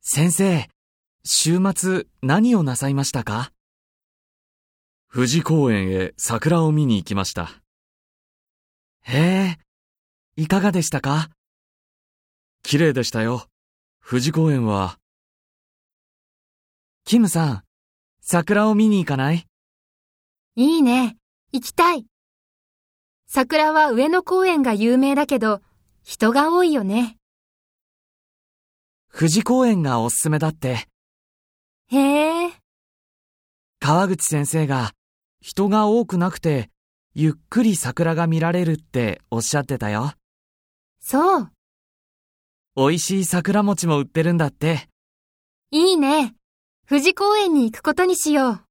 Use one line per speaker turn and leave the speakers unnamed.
先生、週末何をなさいましたか
富士公園へ桜を見に行きました。
へえ、いかがでしたか
綺麗でしたよ。富士公園は、
キムさん、桜を見に行かない
いいね。行きたい。桜は上野公園が有名だけど、人が多いよね。
富士公園がおすすめだって、
へえ、
川口先生が人が多くなくて、ゆっくり桜が見られるっておっしゃってたよ。
そう。
美味しい桜餅も売ってるんだって。
いいね。富士公園に行くことにしよう。